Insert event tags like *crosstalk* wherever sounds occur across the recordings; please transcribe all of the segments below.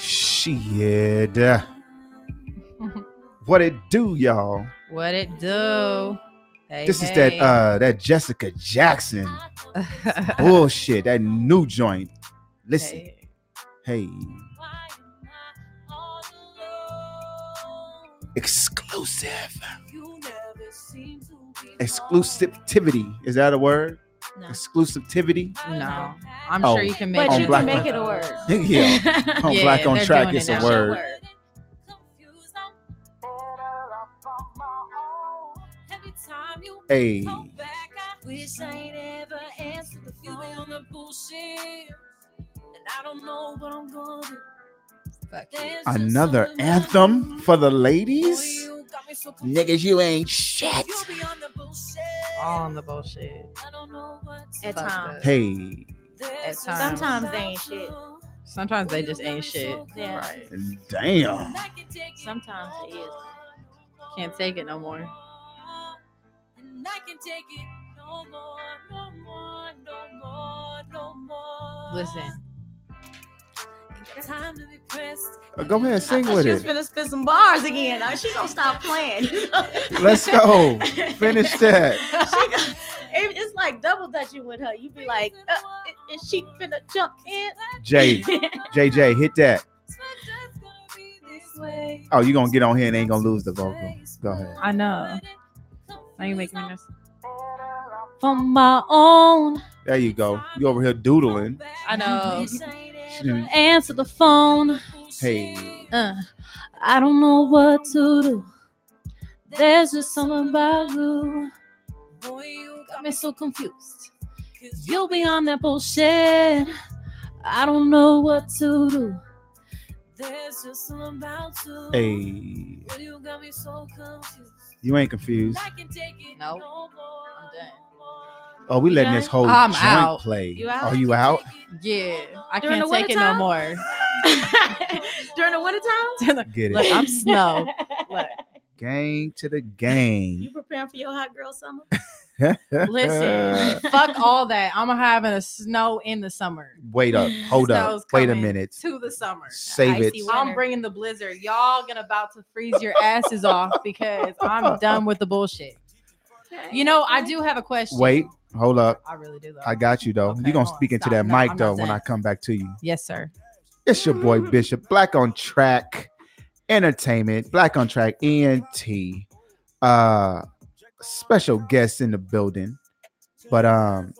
Shit. What it do, y'all? What it do? Hey, This is that uh that Jessica *laughs* Jackson that bullshit, that new joint. Listen, hey. Exclusive. Exclusivity. Is that a word? No. *laughs* Exclusivity? No, I'm Oh, sure you can make. But on you Black can make Panther. it a word. Yeah. On Yeah, Black on they're Track, doing it's it a now. word. Hey. Wish I ain't ever answered the feeling on the bullshit. And I don't know what I'm gonna do. Fuck you. There's just Another something I anthem do. for the Boy, ladies? you got me so confused. Niggas, you ain't shit. You be on the bullshit. All on the bullshit. I don't know what to At do. Fuck times. that. Hey. There's just something times. Sometimes they I ain't shit. do. Sometimes they just ain't shit. Yeah. Right. Damn. I can take it Sometimes it is. all. Can't take it no more. And I can take it no more, no more, no more, no more. Listen. Ain't got time to be pressed. Uh, Go ahead, I sing *laughs* thought with she was it. gonna spit some bars again. Now she gonna stop playing. *laughs* Let's go. Finish that. She go- it- it's like double dutching with her. You be like, uh, is she finna jump in? *laughs* *laughs* Jay, JJ, hit that. It's not just gonna be this way. Oh, you gonna get on here and ain't gonna lose the vocal. Go ahead. I know. Now you making me nervous. For my own, There you go. You over here doodling. I know. She didn't- answer the phone. Hey, Uh, I don't know what to do. There's just something about you. Boy, you Got got me me so confused. 'cause You'll be on that bullshit. I don't know what to do. There's just something about you. hey, Boy, you got me so confused. you ain't confused. I can take it Nope. no more. I'm done. Oh, we letting this whole I'm joint out. play. You Oh, Are out? you out? Yeah, I During can't the take it no wintertime? more. *laughs* During the winter time? Get Look, it. I'm *laughs* snow. Look, Gang to the You gang. preparing for your hot girl summer? *laughs* listen, fuck all that. I'm having a snow in the summer. Wait up. Hold up. Snow's Wait a coming minute. To the summer. Save it. Icy wa- I'm Winter. bringing the blizzard. Y'all gonna about to freeze your asses off because *laughs* I'm done with the bullshit. You know, I do have a question. Wait. Hold up. I really do though. I got you though. Okay, you gonna hold on. speak into Stop. that No, mic I'm not though when done. I come back to you. yes, sir. It's your boy Bishop, Black on Track Entertainment, Black on Track ENT. Uh special guest in the building. But um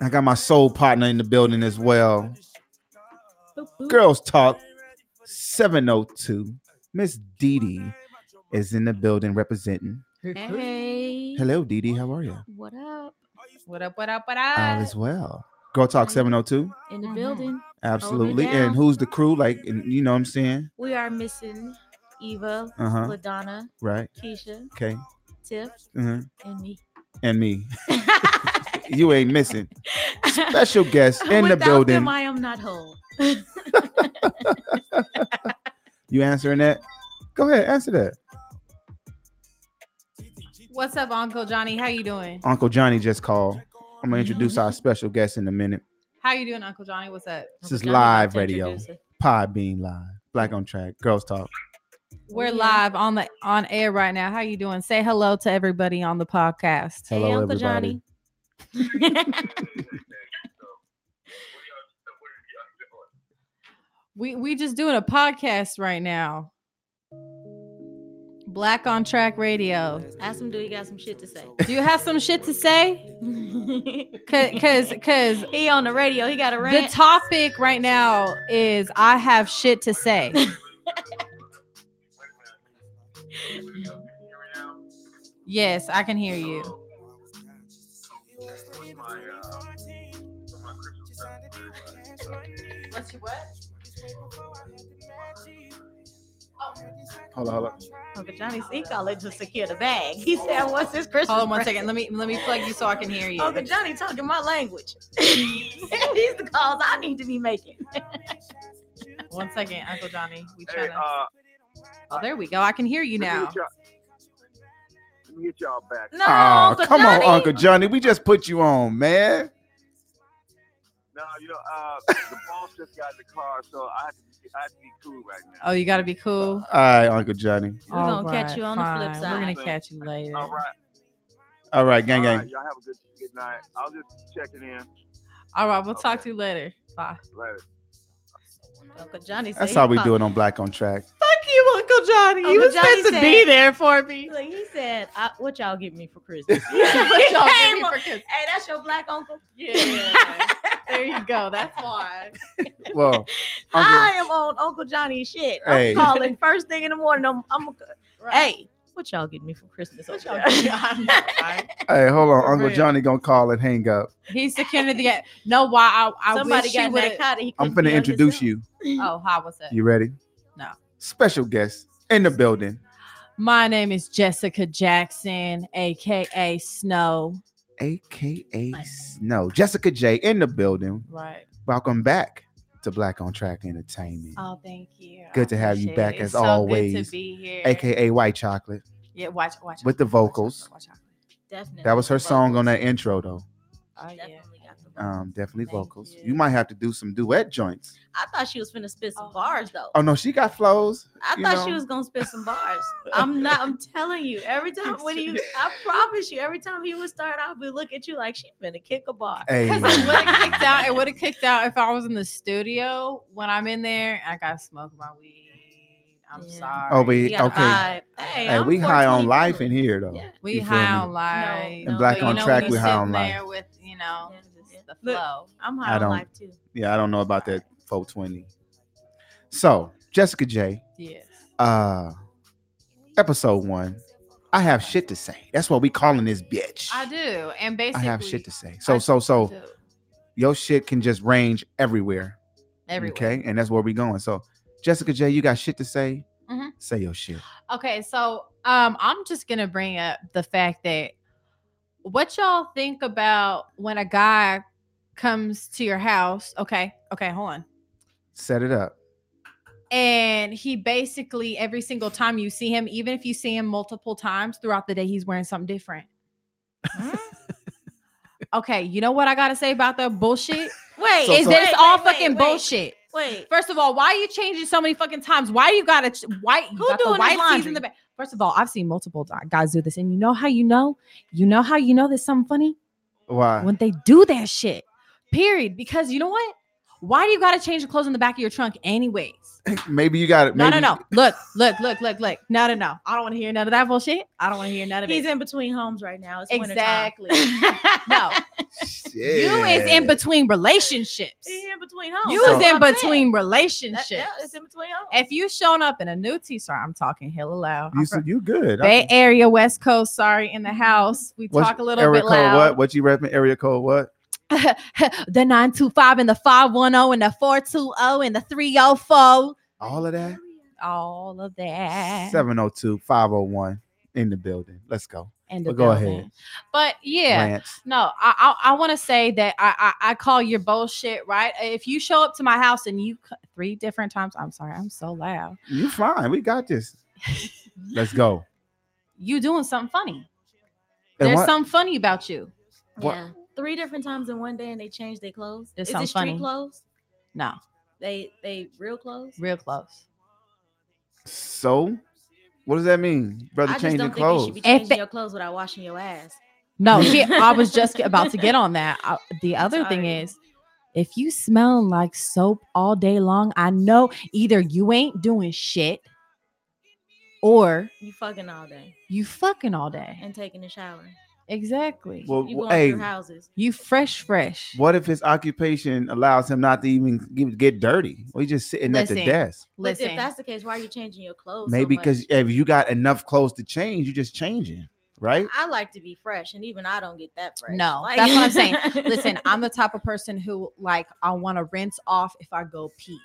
I got my soul partner in the building as well. Girls Talk 702. Miss Dee Dee is in the building representing. Hey. Hello, Dee Dee. How are you? What up? What up? What up? What All up? is well. Girl Talk 702. In the Mhm. building, Absolutely. down. And who's the crew? Like, and you know what I'm saying? we are missing Eva, Uh-huh. LaDonna, Right. Keisha, Okay. Tiff, Uh-huh. *laughs* and me. And me. you ain't missing. Special guest in the Without building. Them, I am not whole. you answering that? Go ahead, answer that. What's up, Uncle Johnny? How you doing? Uncle Johnny just called. I'm gonna introduce our special guest in a minute. How you doing, Uncle Johnny? What's up? This is Johnny about live to radio. introduce her. Pod being live. Black on track. Girls talk. We're Yeah. live on the on air right now. How you doing? Say hello to everybody on the podcast. Hey, Hello, Uncle everybody. *laughs* Johnny. We we just doing a podcast right now. Black on Track Radio. Ask him, do you got some shit *laughs* to say? Do you have some shit to say? Cause cause, cause he on the radio. He got a the rant. topic right now is I have shit to *laughs* say. yes, I can hear you. Hold on, hold Oh, on. Uncle Johnny, he called it to secure the bag. He said, "What's this Christmas?" Hold on one present?" second. Let me let me plug you so I can hear you. Uncle Johnny talking my *laughs* language. *laughs* These the calls I need to be making. One second, Uncle Johnny. We try Hey, to. uh, Oh, there we go. I can hear you let me now. get y'all- Let me get y'all back. No, Aw, Uncle Ah, come Johnny. on, Uncle Johnny. We just put you on, man. *laughs* No, you know, uh, the boss just got in the car, so I have to, I have to be cool right now. Oh, you got to be cool. All right, Uncle Johnny. We're gonna catch you on the flip We're side. gonna catch you later. All right. All right, gang, all gang. right, y'all have a good, good night. I'll just check it in All right, we'll talk Okay. to you later. Bye. later. Uncle Johnny said That's he how we fuck- do it on Black on Track. Fuck you, Uncle Johnny. Uncle Johnny said- there for me. Look, he said, I, "What y'all *laughs* get me for Christmas?" *laughs* What y'all give me Hey, for Christmas? Hey, that's your black uncle. Yeah. there you go. That's why. Well, I Uncle, am on Uncle Johnny's shit. Hey. I'm calling first thing in the morning. I'm, I'm Hey, hey, what y'all get me for Christmas? what over y'all there? give me? I *laughs* know, right? hey, hold on. For Uncle real. Johnny gonna call and hang up. He's security. The, no, why? I, I Somebody wish he got would've- narcotic. He I'm couldn't be finna on introduce himself. you. Oh, how was it? You ready? No. Special guest in the building, My name is Jessica Jackson, aka Snow. aka Snow. Jessica J in the building. Right. Welcome back to Black on Track Entertainment, Oh, thank you. Good to have you Appreciate back it. as It's so Good always. to be here. aka White Chocolate. yeah, watch, watch with the watch, watch, vocals. watch, watch, watch. Definitely. That was her song on that vocals. intro, though. Oh, yeah. Definitely got the vocals. Um, definitely Thank vocals. you. You. might have to do some duet joints. I thought she was finna spit some Oh. bars though. Oh no, she got flows. I you thought she know. was gonna spit *laughs* some bars. I'm not. I'm telling you. Every time when you, I promise you. Every time he would start off, we look at you like she finna kick a bar. Hey, Because it would have kicked out. It would have kicked out if I was in the studio. When I'm in there, I got smoke my weed. I'm Yeah. sorry. oh we You got a okay. vibe. Hey, Hey, I'm we high on 422. life in here though. Yeah. we You feel high me? on life. No, And Black but you on know Track, when we you high sitting on life. there with you know the Look, flow. I'm I high don't- on life too. Yeah, I don't know about that 420. So Jessica J, Yes. uh, episode one. I have shit to say. That's what we calling this bitch. I do, and I basically have shit to say. So I so so do. your shit can just range everywhere. Everywhere. Okay, and that's where we going. So Jessica J, you got shit to say? Mhm. Say your shit. Okay, so um I'm just gonna bring up the fact that what y'all think about when a guy comes to your house, okay, okay, hold on. Set it up. And he basically every single time you see him, even if you see him multiple times throughout the day, he's wearing something different. Hmm? okay, you know what I gotta say about that bullshit? Wait, So- is so- that it's all wait, wait, fucking wait. bullshit. Wait, First of all, why are you changing so many fucking times? Why you gotta ch- white? You Who got the doing his white tees laundry? in the back? First of all, I've seen multiple di- guys do this, and you know how you know, you know how you know there's something funny Why? when they do that shit. Period. Because you know what? Why do you gotta change the clothes in the back of your trunk, *laughs* anyways? Maybe you got it. No, no, maybe- no. Look, look, look, look, look. No, no, no. I don't want to hear none of that bullshit. I don't want to hear none of he's it. in *laughs* between homes right now. It's *laughs* Exactly. Wintertime. *laughs* No, you is in Shit. between relationships. He's in between homes. You So- is in between relationships. That, yeah, it's in between homes. If you shown up in a new t-shirt, I'm talking hella loud. I'm You from said you good. Bay Area, West Coast, sorry, in the house. We What's talk a little area bit code loud. What? What you repping? Area code what? *laughs* the 925 and the 510 and the 420 and the 304. All of that? All of that. 702 501 in the building. Let's go. And But go ahead. But yeah. Lance. No, I I, I want to say that I, I I call your bullshit, right? If you show up to my house and you c- three different times, I'm sorry, I'm so loud. You fine. We got *laughs* this. Let's go. You doing something funny. And There's what- something funny about you. What- Yeah, three different times in one day, and they change their clothes. This Is sounds it street funny. clothes? No, They they real clothes? real close. so, what does that mean? Brother, I just change the don't think you clothes. should be clothes. If changing it- your clothes without washing your ass. No, he, I was just about to get on that. I- the other thing sorry. is, if you smell like soap all day long, I know either you ain't doing shit or You fucking all day you fucking all day. and taking a shower. Exactly. well, You well, going hey, through houses. You fresh, fresh. what if his occupation allows him not to even give- get dirty? Well, he's just sitting at the Listen. desk. But Listen, if that's the case, why are you changing your clothes? so Maybe much? because if you got enough clothes to change, you're just changing, right? I like to be fresh, and even I don't get that fresh. No, Like- that's what I'm saying. *laughs* listen, I'm the type of person who like I want to rinse off if I go pee.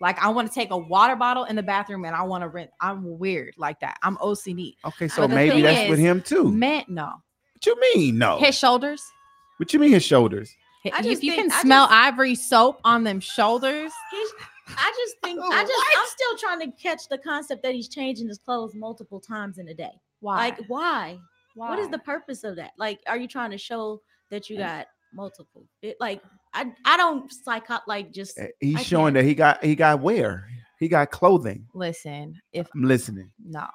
Like I want to take a water bottle in the bathroom and I want to rinse. I'm weird like that. I'm OCD. Okay, so But the maybe thing that's with is, him too. Man, no. what you mean? Oh. No. His shoulders. What you mean his shoulders? If I you just think- can I smell just- ivory soap on them shoulders, He's- I just *laughs* think I just I'm still trying to catch the concept that he's changing his clothes multiple times in a day. why? Like why? why? What is the purpose of that? Like, are you trying to show that you got multiple? It, like, I I don't psycho like just Eh, He's I showing that he got he got wear. He got clothing. Listen, if I'm listening. no,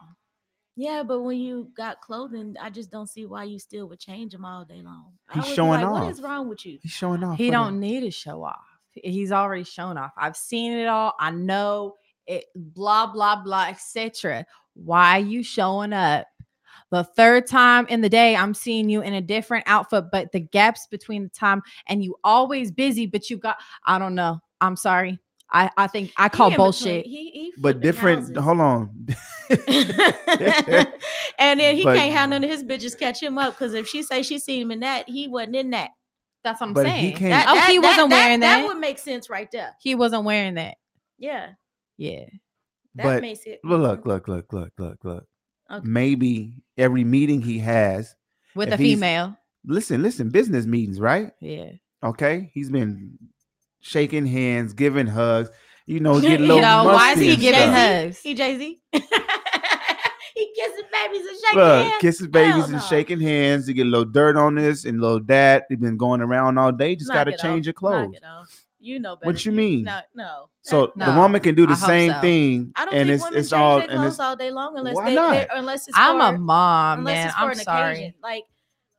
yeah, but when you got clothing, I just don't see why you still would change them all day long. I He's would be showing like, What off. is wrong with you? He's showing Oh, off. he for them. don't need to show off. He's already shown off. I've seen it all. I know it. Blah blah blah, etc. Why you showing up? The third time in the day, I'm seeing you in a different outfit, but the gaps between the time and you always busy, but you got I don't know. I'm sorry. I I think I He call in between- bullshit. He, he But flipping different. *laughs* houses. Hold on. *laughs* and then he But- can't have none of his bitches catch him up because if she say she seen him in that, he wasn't in that. That's what I'm But he saying. can't- That- That- oh, he that- wasn't wearing that. That would make sense right there. he wasn't wearing that. Yeah, Yeah. that but makes it. *laughs* look, look, look, look, look, look. Okay. Maybe every meeting he has. With If a he's- female. Listen, listen. Business meetings, right? Yeah. Okay, he's been shaking hands, giving hugs. You *laughs* know, get a You little know, musty why is he and giving stuff. hugs? He Jay *laughs* Z. he kissing babies and shaking Look, hands. kisses babies Hell and no. shaking hands. You get a little dirt on this and a little that. They've been going around all day. Just got Knock to it change off. your clothes. Knock it off. You know better. What you than- mean? No, no. So the No, woman can do the I hope same so. thing, I don't and think it's women it's change all their and it's clothes all day long unless Why they, not? they unless it's I'm for, a mom, unless man. it's for I'm an sorry. occasion. Like,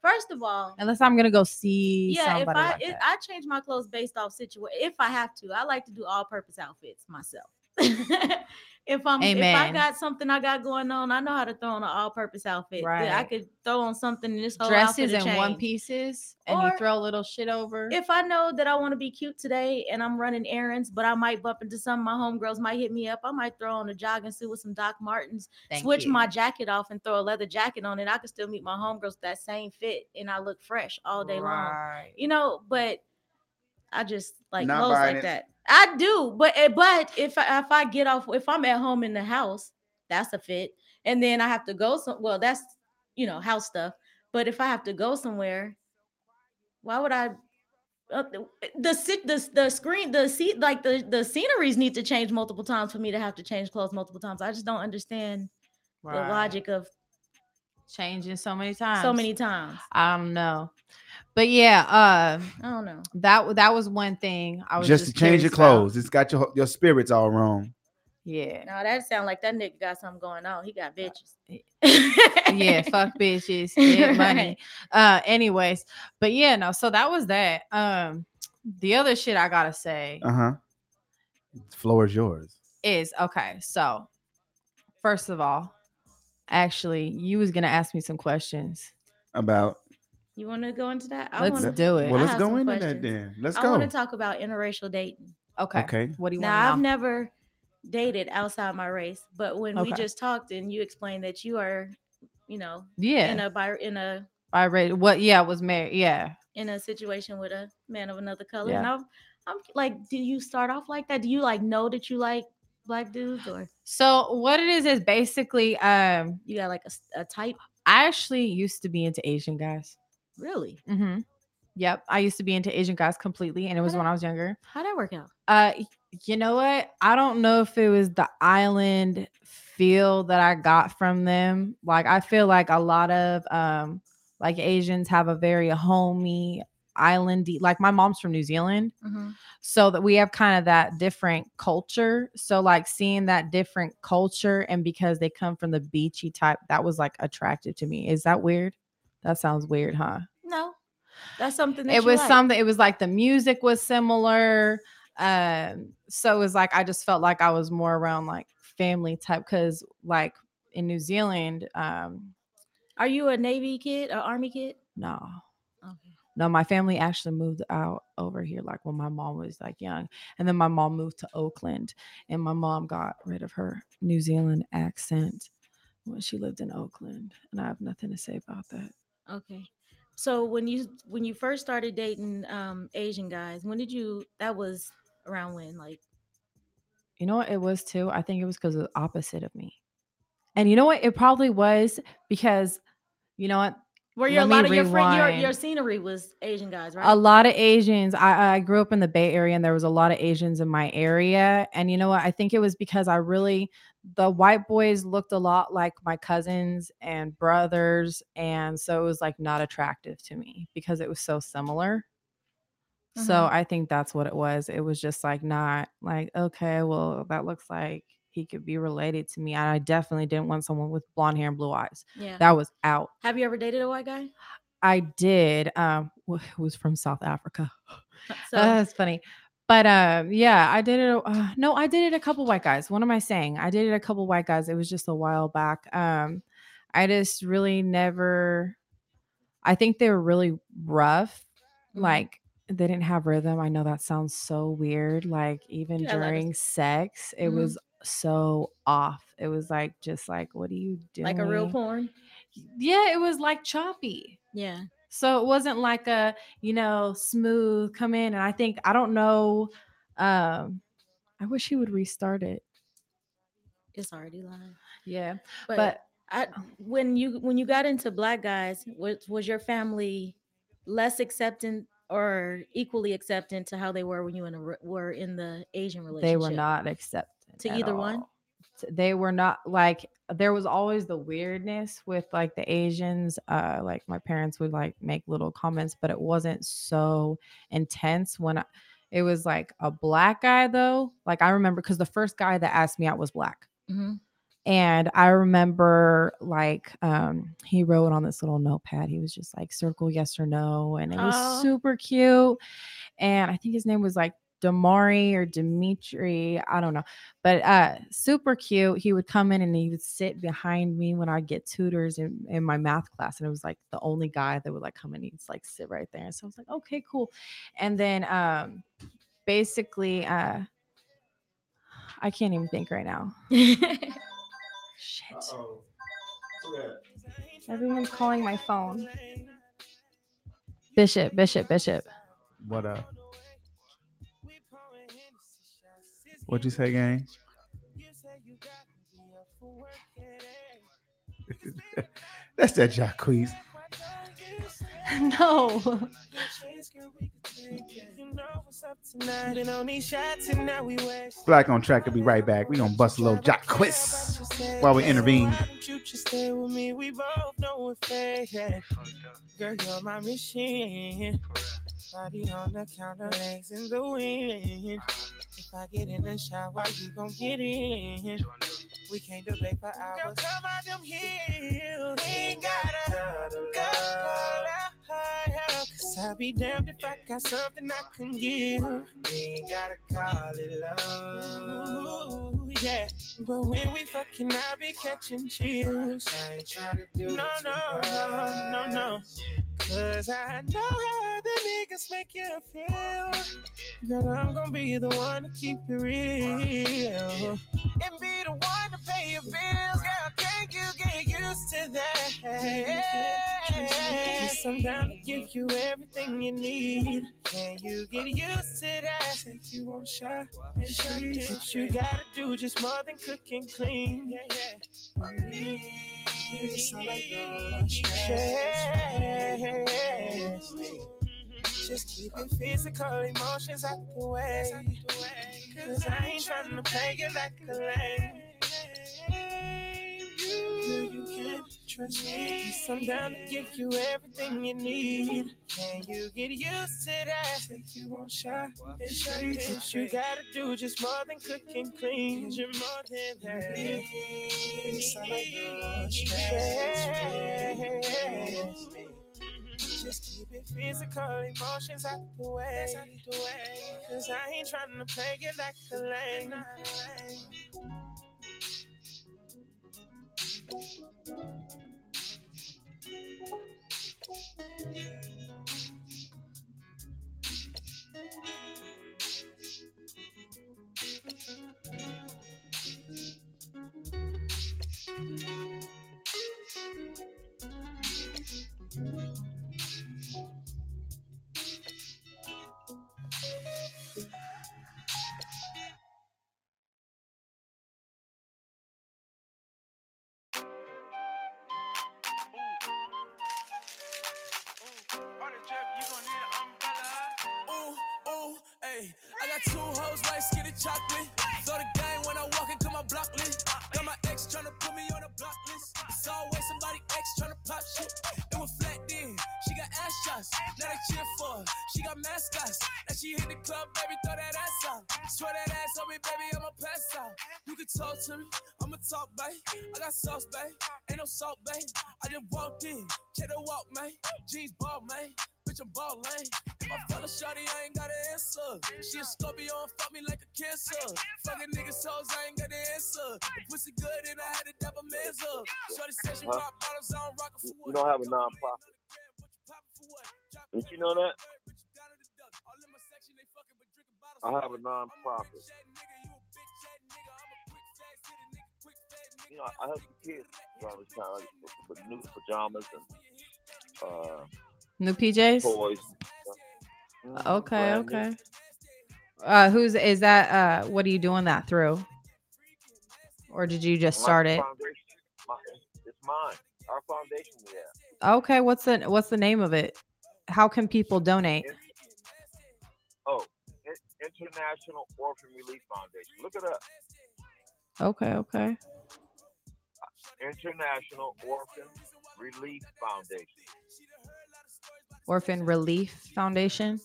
first of all, Unless I'm gonna go see yeah, if somebody. I like if that. I change my clothes based off situation, if I have to, I like to do all purpose outfits myself. *laughs* if I'm if I Amen. got something I got going on, I know how to throw on an all purpose outfit. Then I Right. could throw on something in this whole Dresses outfit and one change. pieces, and you Or throw a little shit over. If I know that I want to be cute today and I'm running errands, but I might bump into some, my homegirls might hit me up. I might throw on a jogging suit with some Doc Martens, Thank switch you. my jacket off and throw a leather jacket on, and I could still meet my homegirls with that same fit and I look fresh all day long Right. you know but i just like Not clothes buying like it. that i do but eh, but if I, if i get off if i'm at home in the house that's a fit and then i have to go some well that's you know house stuff but if i have to go somewhere why would i uh, the, the sit the, the screen the seat like the the sceneries need to change multiple times for me to have to change clothes multiple times i just don't understand the Right. logic of changing so many times. so many times I don't know, but yeah, uh, i don't know that w- that was one thing I was just, just, to change your curious about. clothes. It's got your your spirits all wrong. Yeah, Now that sound like that nigga got something going on. He got bitches. Uh, *laughs* yeah. Fuck bitches, get money. Uh, anyways, but yeah, no. So that was that. Um, the other shit I gotta say Uh huh. Floor is yours. is okay. So, first of all, actually, you was gonna ask me some questions. About You want to go into that? I Let's wanna, do it. well, let's have go some into that questions. then. Let's I go. want to talk about interracial dating. okay. Okay. What do you Now I've want to know? never dated outside my race, but when we Okay. just talked and you explained that you are, you know, in yeah, a bi- in a I read what. Yeah, I was married. Yeah, in a situation with a man of another color, Yeah. and I'm I'm like, do you start off like that? Do you like know that you like black dudes, or So what it is is basically um you got like a, s- a type? I actually used to be into Asian guys. Really? Mm-hmm. Yep, I used to be into Asian guys completely, and it was when I was younger. How would that work out? Uh, y- you know what? I don't know if it was the island feel that I got from them. Like I feel like a lot of um like Asians have a very homey islandy. Like my mom's from New Zealand, so that we have kind of that different culture so like seeing that different culture and because they come from the beachy type that was like attractive to me is that weird that sounds weird huh No, that's something. That it you was like. something it was like the music was similar um so it was like i just felt like i was more around like family type because like in new zealand um Are you a Navy kid, or Army kid? no Okay. No, my family actually moved out over here, like when my mom was like young, and then my mom moved to Oakland, and my mom got rid of her New Zealand accent when she lived in Oakland, and I have nothing to say about that. Okay. So when you when you first started dating um Asian guys, when did you? That was around when, like, You know what it was too? I think it was because of the opposite of me, and you know what? It probably was because, you know what? where your a Let me lot of your friend, your, your rewind. scenery was Asian guys, right? A lot of Asians. I, I grew up in the Bay Area and there was a lot of Asians in my area. And you know what? I think it was because I really, the white boys looked a lot like my cousins and brothers. And so it was like not attractive to me because it was so similar. So I think that's what it was. It was just like not like, okay, well, that looks like he could be related to me. And I definitely didn't want someone with blonde hair and blue eyes. Yeah. That was out. Have you ever dated a white guy? I did. Um, wh- who was from South Africa. Oh So that's funny. But um, yeah, I did it. Uh, no, I did it a couple white guys. What am I saying? I did it a couple white guys. It was just a while back. Um, I just really never. I think they were really rough. Mhm. Like they didn't have rhythm. I know that sounds so weird. Like even Yeah, I love it. during sex, it Mhm. was so off. It was like just like, what are you doing? like a real porn. Yeah, it was like choppy. Yeah. So it wasn't like a, you know, smooth come in. And I think I don't know. Um, I wish he would restart it. It's already live. Yeah. But, But I when you when you got into black guys, was was your family less acceptant or equally acceptant to how they were when you in a, re- were in the Asian relationship? they were not accepted. To at either one? all. T- They were not like there was always the weirdness with like the Asians. Uh like my parents would like make little comments, but it wasn't so intense when I, it was like a black guy though. Like I remember because the first guy that asked me out was black. Mhm. And I remember like um he wrote on this little notepad. He was just like circle yes or no and it was Aw. super cute. And I think his name was like Damari or Dimitri, I don't know. But uh super cute. He would come in and he would sit behind me when I get tutors in, in my math class. And it was like the only guy that would like come and he'd like sit right there. And so I was like, okay, cool. And then um basically uh I can't even think right now. *laughs* Shit. Everyone's calling my phone. Bishop, Bishop, Bishop. What up? What'd you say, gang? That's that Jacquees. *laughs* no. Black on track. We'll be right back. We gonna bust a little Jacquees while we intervene. Girl, you're my machine. Body on the counter, legs in the wind. If I get in the shower, you gon' get in. We can't debate for hours. Girl, come out them heels. Ain't gotta go higher. Cause I'll be damned if I got something I can give. Ain't gotta call it love. Ooh, yeah. But when we fucking, I be catching chills. I ain't trying to do no, no, no, no, no. Cause I know how the niggas make you feel. Girl, I'm gonna be the one to keep it real and be the one to pay your bills. Girl, can you get used to that? Yes, I'm down to give you everything you need. Can you get used to that? Take you on shot. What you gotta do just more than cook and clean. Yeah, yeah. Just keep it physical, emotions out the way. Cause I ain't trying to play you like a lame. Girl, you can trust me. Yes, I'm down to give you everything you need. Can you get used to that? Take you on shot. What you gotta do just more than cook and clean. You're more than that. Yes. Just keep it physical, emotions out the way. Cause I ain't tryna play you like a lame. Ooh, ooh, ayy. I got two hoes like skinny chocolate. Throw the gang when I walk into my block list. Got my ex tryna put me on a block list. It's always somebody ex tryna pop shit. It was flat then. She got ass shots. Now they cheer for her. She got mascots. Now she hit the club, baby, throw that ass out. Throw that ass on me, baby, I'ma pass out. You can talk to me, I'ma talk, babe. I got sauce, babe. Ain't no salt, babe. I just walked in, check the walk, man. Jeans ball, man. Bitch, I'm ballin'. My fella shawty, I ain't got an answer. She a Scorpio and fuck me like a cancer. Fucking niggas' hoes, I ain't got an answer. The pussy good and I had to dab a man's up. Shorty said she Huh? pop bottles, I don't rock her for You don't have a non-profit. Did you know that? I have *laughs* a non-profit. You know, I help the kids all the time like, with- with new pajamas and uh, New PJs. toys. Mhm, Okay, brand new. okay. Uh, who's is that? Uh, what are you doing that through? Or did you just My start it? foundation- my- It's mine. Our foundation is there. Okay, what's the what's the name of it? How can people donate? Oh, I- International Orphan Relief Foundation. Look it up. Okay, okay, International Orphan Relief Foundation. Orphan Relief Foundation.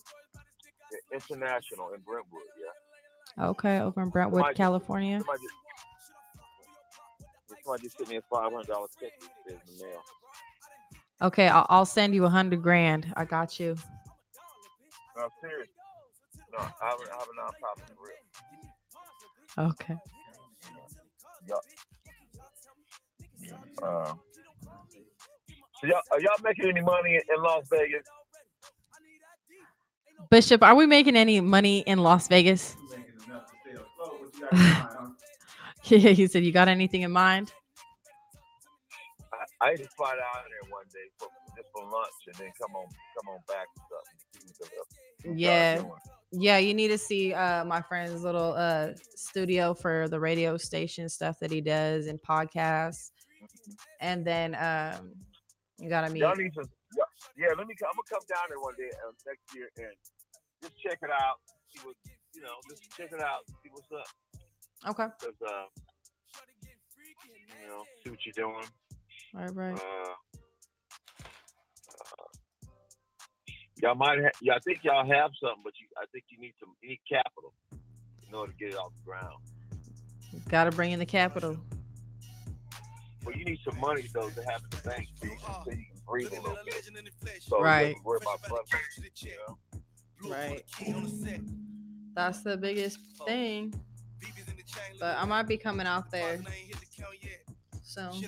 Yeah, International in Brentwood. Yeah. Okay, over in Brentwood, Mike. California. Somebody just, somebody just sent me a five hundred dollar check in the mail. Okay, I'll, I'll send you a hundred grand. I got you. No, seriously. No, I have, I have a nonprofit for real. Okay. Uh, so y'all, are y'all making any money in, in Las Vegas? Bishop, are we making any money in Las Vegas? *laughs* yeah, he said, You got anything in mind? I, I used to fly down there one day for just for lunch and then come on come on back or something. See what the- see what y'all Yeah. doing. Yeah, you need to see uh, my friend's little uh, studio for the radio station stuff that he does and podcasts. And then um, you got to meet. Y'all need to, y'all- yeah. Let me. I'm gonna come down there one day uh, next year and just check it out. See what you know. Just check it out. See what's up. Okay. Cause uh, you know, see what you're doing. All right, right. Uh, uh, y'all might. Ha- yeah, I think y'all have something, but you. I think you need some. You need capital in order to get it off the ground. Got to bring in the capital. But you need some money though to have in the bank so you can, so you can breathe a little bit. So you Right. don't worry about blood pressure, you know? Right. That's the biggest thing. But I might be coming out there soon.